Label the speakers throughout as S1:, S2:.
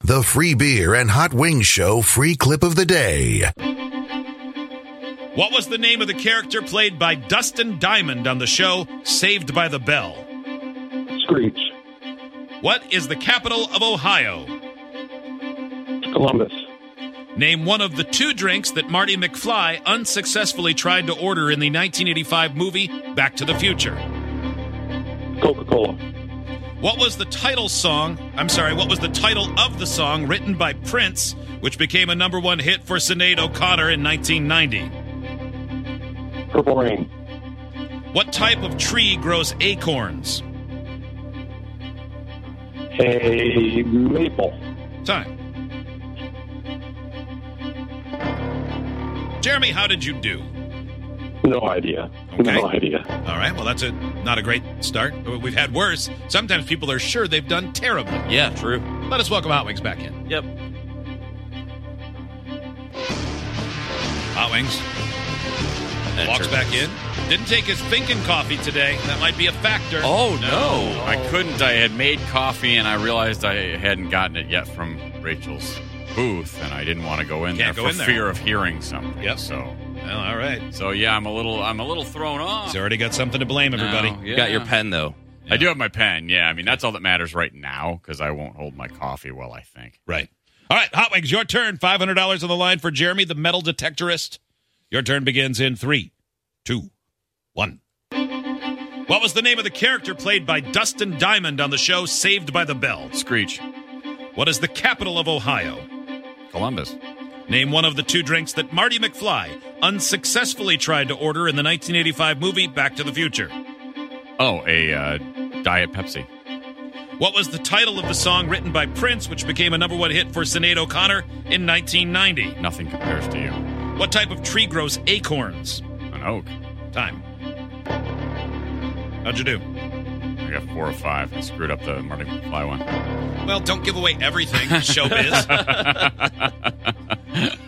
S1: The free beer and hot wings show free clip of the day.
S2: What was the name of the character played by Dustin Diamond on the show Saved by the Bell?
S3: Screech.
S2: What is the capital of Ohio?
S3: Columbus.
S2: Name one of the two drinks that Marty McFly unsuccessfully tried to order in the 1985 movie Back to the Future.
S3: Coca Cola.
S2: What was the title song? I'm sorry, what was the title of the song written by Prince, which became a number one hit for Sinead O'Connor in 1990?
S3: Purple Rain.
S2: What type of tree grows acorns?
S3: A maple.
S2: Time. Jeremy, how did you do?
S3: No idea.
S2: Okay.
S3: No idea.
S2: All right, well, that's a not a great start. We've had worse. Sometimes people are sure they've done terribly.
S4: Yeah, true.
S2: Let us welcome Hot Wings back in.
S4: Yep.
S2: Hot Wings walks
S4: Enter.
S2: back in. Didn't take his Finken coffee today. That might be a factor.
S4: Oh no. I couldn't. I had made coffee and I realized I hadn't gotten it yet from Rachel's booth, and I didn't want to go in
S2: Can't
S4: there
S2: go
S4: for
S2: in there.
S4: fear of hearing something.
S2: Yep.
S4: So,
S2: Well, all right.
S4: so yeah, I'm a little, I'm a little thrown off.
S2: He's already got something to blame, everybody.
S4: now.
S5: You got your
S4: Yeah.
S5: pen though.
S4: I do have my pen. Yeah, I mean that's all that matters right now because I won't hold my coffee while I think.
S2: Right. All right, Hot Wings, your turn. $500 on the line for Jeremy, the metal detectorist. Your turn begins in three, two, one. What was the name of the character played by Dustin Diamond on the show Saved by the Bell?
S4: Screech,
S2: What is the capital of Ohio?
S4: Columbus,
S2: Name one of the two drinks that Marty McFly unsuccessfully tried to order in the 1985 movie Back to the Future.
S4: Oh, a uh, Diet Pepsi.
S2: What was the title of the song written by Prince, which became a number one hit for Sinead O'Connor in 1990?
S4: Nothing compares to you.
S2: What type of tree grows acorns?
S4: An oak.
S2: Time. How'd you do?
S4: I got four or five. I screwed up the Marty McFly one.
S2: Well, don't give away everything, showbiz.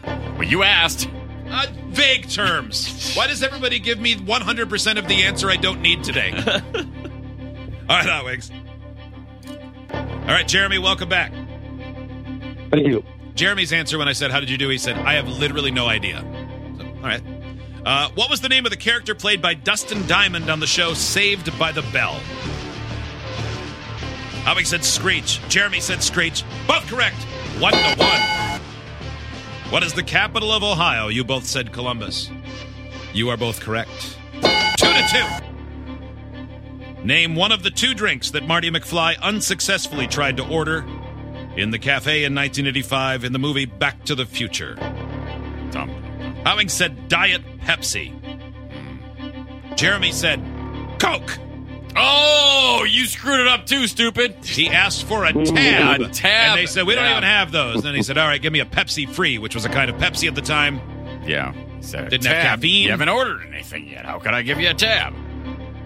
S4: Well, you asked.
S2: uh, vague terms. Why does everybody give me 100% of the answer I don't need today? All right, Hot Wings. All right, Jeremy, welcome back.
S3: Thank you.
S2: Jeremy's answer when I said, How did you do? He said, I have literally no idea. So, all right. Uh, what was the name of the character played by Dustin Diamond on the show Saved by the Bell? Howie said Screech. Jeremy said Screech. Both correct. One to one. What is the capital of Ohio? You both said Columbus. You are both correct. Two to two. Name one of the two drinks that Marty McFly unsuccessfully tried to order in the cafe in 1985 in the movie Back to the Future.
S4: Dumb.
S2: Having said Diet Pepsi, Hmm. Jeremy said Coke.
S4: Oh, you screwed it up too, stupid.
S2: He asked for a tab.
S4: A tab.
S2: And they said, We don't
S4: Yeah.
S2: even have those. And then he said, All right, give me a Pepsi free, which was a kind of Pepsi at the time.
S4: Yeah. Said
S2: Didn't have caffeine.
S4: You haven't ordered anything yet. How could I give you a tab?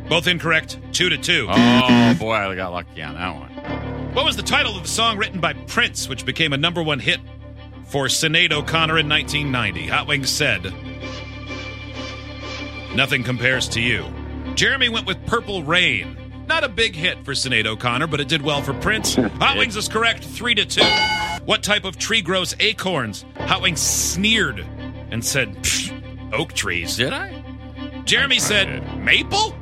S2: Both incorrect, two to two.
S4: Oh boy, I got lucky on that one.
S2: What was the title of the song written by Prince, which became a number one hit for Sinead O'Connor in 1990? Hot Wings said, Nothing compares to you. Jeremy went with Purple Rain. Not a big hit for Sinead O'Connor, but it did well for Prince. Hot Wings is correct, three to two. What type of tree grows acorns? Hot Wings sneered and said, "Psh, Oak trees.
S4: Did I?
S2: Jeremy said,
S4: it.
S2: Maple?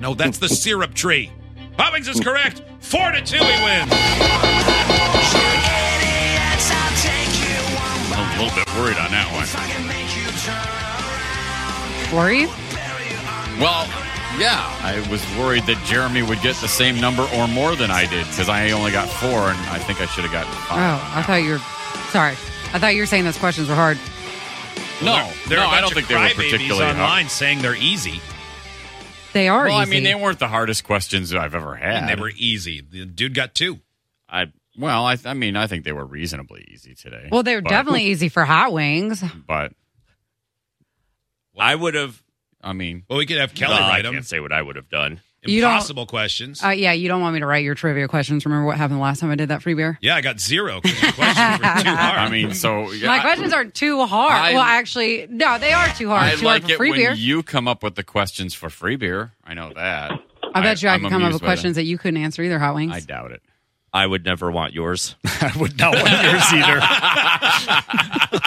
S2: No, that's the syrup tree. Hobbings is correct. Four to two, he wins.
S4: I was a little bit worried on that one.
S6: Were you?
S4: Well, yeah, I was worried that Jeremy would get the same number or more than I did because I only got four, and I think I should have gotten
S6: Oh,
S4: five.
S6: I thought you were. Sorry, I thought you were saying those questions were hard.
S4: No,
S2: There are
S4: no,
S2: a bunch
S4: I don't
S2: of
S4: think they were
S2: crybabies
S4: particularly hard.
S2: online saying they're easy.
S6: They are.
S4: Well, I
S6: easy.
S4: mean, they weren't the hardest questions that I've ever had.
S2: And they were easy. The dude got two.
S4: I well, I, I mean, I think they were reasonably easy today.
S6: Well, they're
S4: But-
S6: definitely easy for hot wings.
S4: But
S5: I would have.
S4: I mean,
S2: Well, we could have Kelly
S5: Nah, I
S2: write them.
S5: can't say what I would have done.
S6: You don't-
S2: Impossible questions.
S6: Uh, yeah, you don't want me to write your trivia questions. Remember what happened last time I did that free beer?
S2: yeah, I got zero 'cause your questions were too hard.
S4: I mean, so yeah,
S6: My questions aren't too hard.
S4: I-
S6: well, actually, no, they are too hard.
S4: I
S6: too hard
S4: like
S6: for
S4: it
S6: free
S4: when
S6: beer.
S4: you come up with the questions for free beer. I know that.
S6: I bet you I,
S4: I'm
S6: could come up
S4: amused
S6: with
S4: by that.
S6: questions that you couldn't answer either. Hot wings.
S4: I doubt it.
S5: I would never want yours.
S7: I would not want yours either.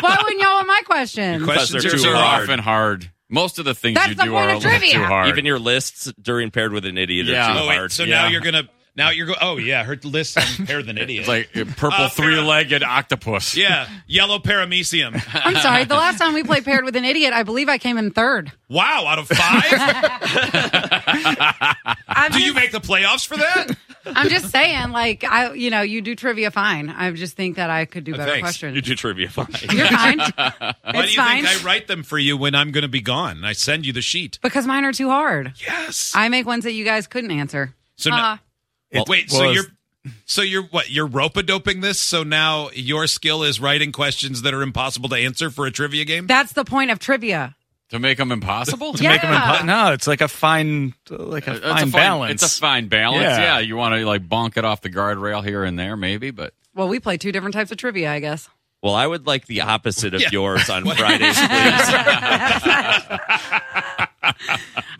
S6: Why wouldn't y'all want my question?
S2: Your
S5: Questions
S2: They're
S5: are
S2: too
S4: These are
S2: hard.
S4: often hard. Most of the things
S6: That's
S4: you
S6: the
S4: do
S6: point
S4: are a
S6: of
S4: little too
S6: trivia.
S4: hard.
S5: Even your lists during paired with an idiot
S4: Yeah.
S5: are too
S2: Oh,
S5: hard.
S2: wait, so
S4: Yeah.
S2: now you're gonna now you're go- oh yeah, her list I'm paired than idiot.
S4: it's like a purple
S2: Uh,
S4: three-legged octopus.
S2: yeah, yellow paramecium.
S6: I'm sorry. The last time we played paired with an idiot, I believe I came in third.
S2: Wow, out of five,
S6: I'm,
S2: do
S6: just,
S2: you make the playoffs for that?
S6: I'm just saying, like I, you know, you do trivia fine. I just think that I could do
S4: Uh,
S6: better
S2: thanks.
S6: questions.
S5: You do trivia fine.
S6: You're kind.
S2: Why do
S6: it's
S2: you
S6: fine
S2: think I write them for you when I'm gonna be gone? I send you the sheet.
S6: because mine are too hard.
S2: Yes.
S6: I make ones that you guys couldn't answer.
S2: So now-
S6: Uh,
S2: Well, wait, so
S7: was-
S2: you're so you're what you're rope doping this? So now your skill is writing questions that are impossible to answer for a trivia game.
S6: that's the point of trivia.
S4: To make them impossible?
S6: Yeah.
S7: Make 'em impo- no, it's like a fine, like a,
S4: It's
S7: fine, balance.
S4: It's a fine balance.
S7: Yeah.
S4: Yeah. You want to like bonk it off the guardrail here and there, maybe, but
S6: Well, we play two different types of trivia, I guess.
S5: Well, I would like the opposite of
S2: Yeah.
S5: yours on Fridays, please.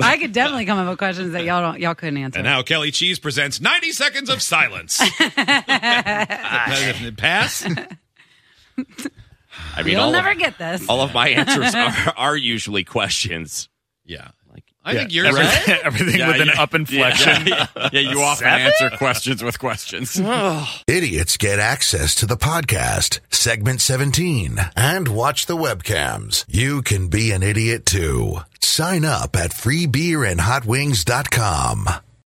S6: I could definitely come up with questions that y'all don't, y'all couldn't answer.
S2: And now Kelly Cheese presents 90 seconds of silence. Pass?
S5: I mean,
S6: You'll
S5: all
S6: never
S5: of,
S6: get this.
S5: all of my answers are, are usually questions.
S2: Yeah. I
S7: Yeah,
S2: think yours are
S7: everything, everything with an up inflection.
S4: Yeah, you often answer questions with questions.
S1: Idiots get access to the podcast, segment 17, and watch the webcams. You can be an idiot too. Sign up at freebeerandhotwings.com.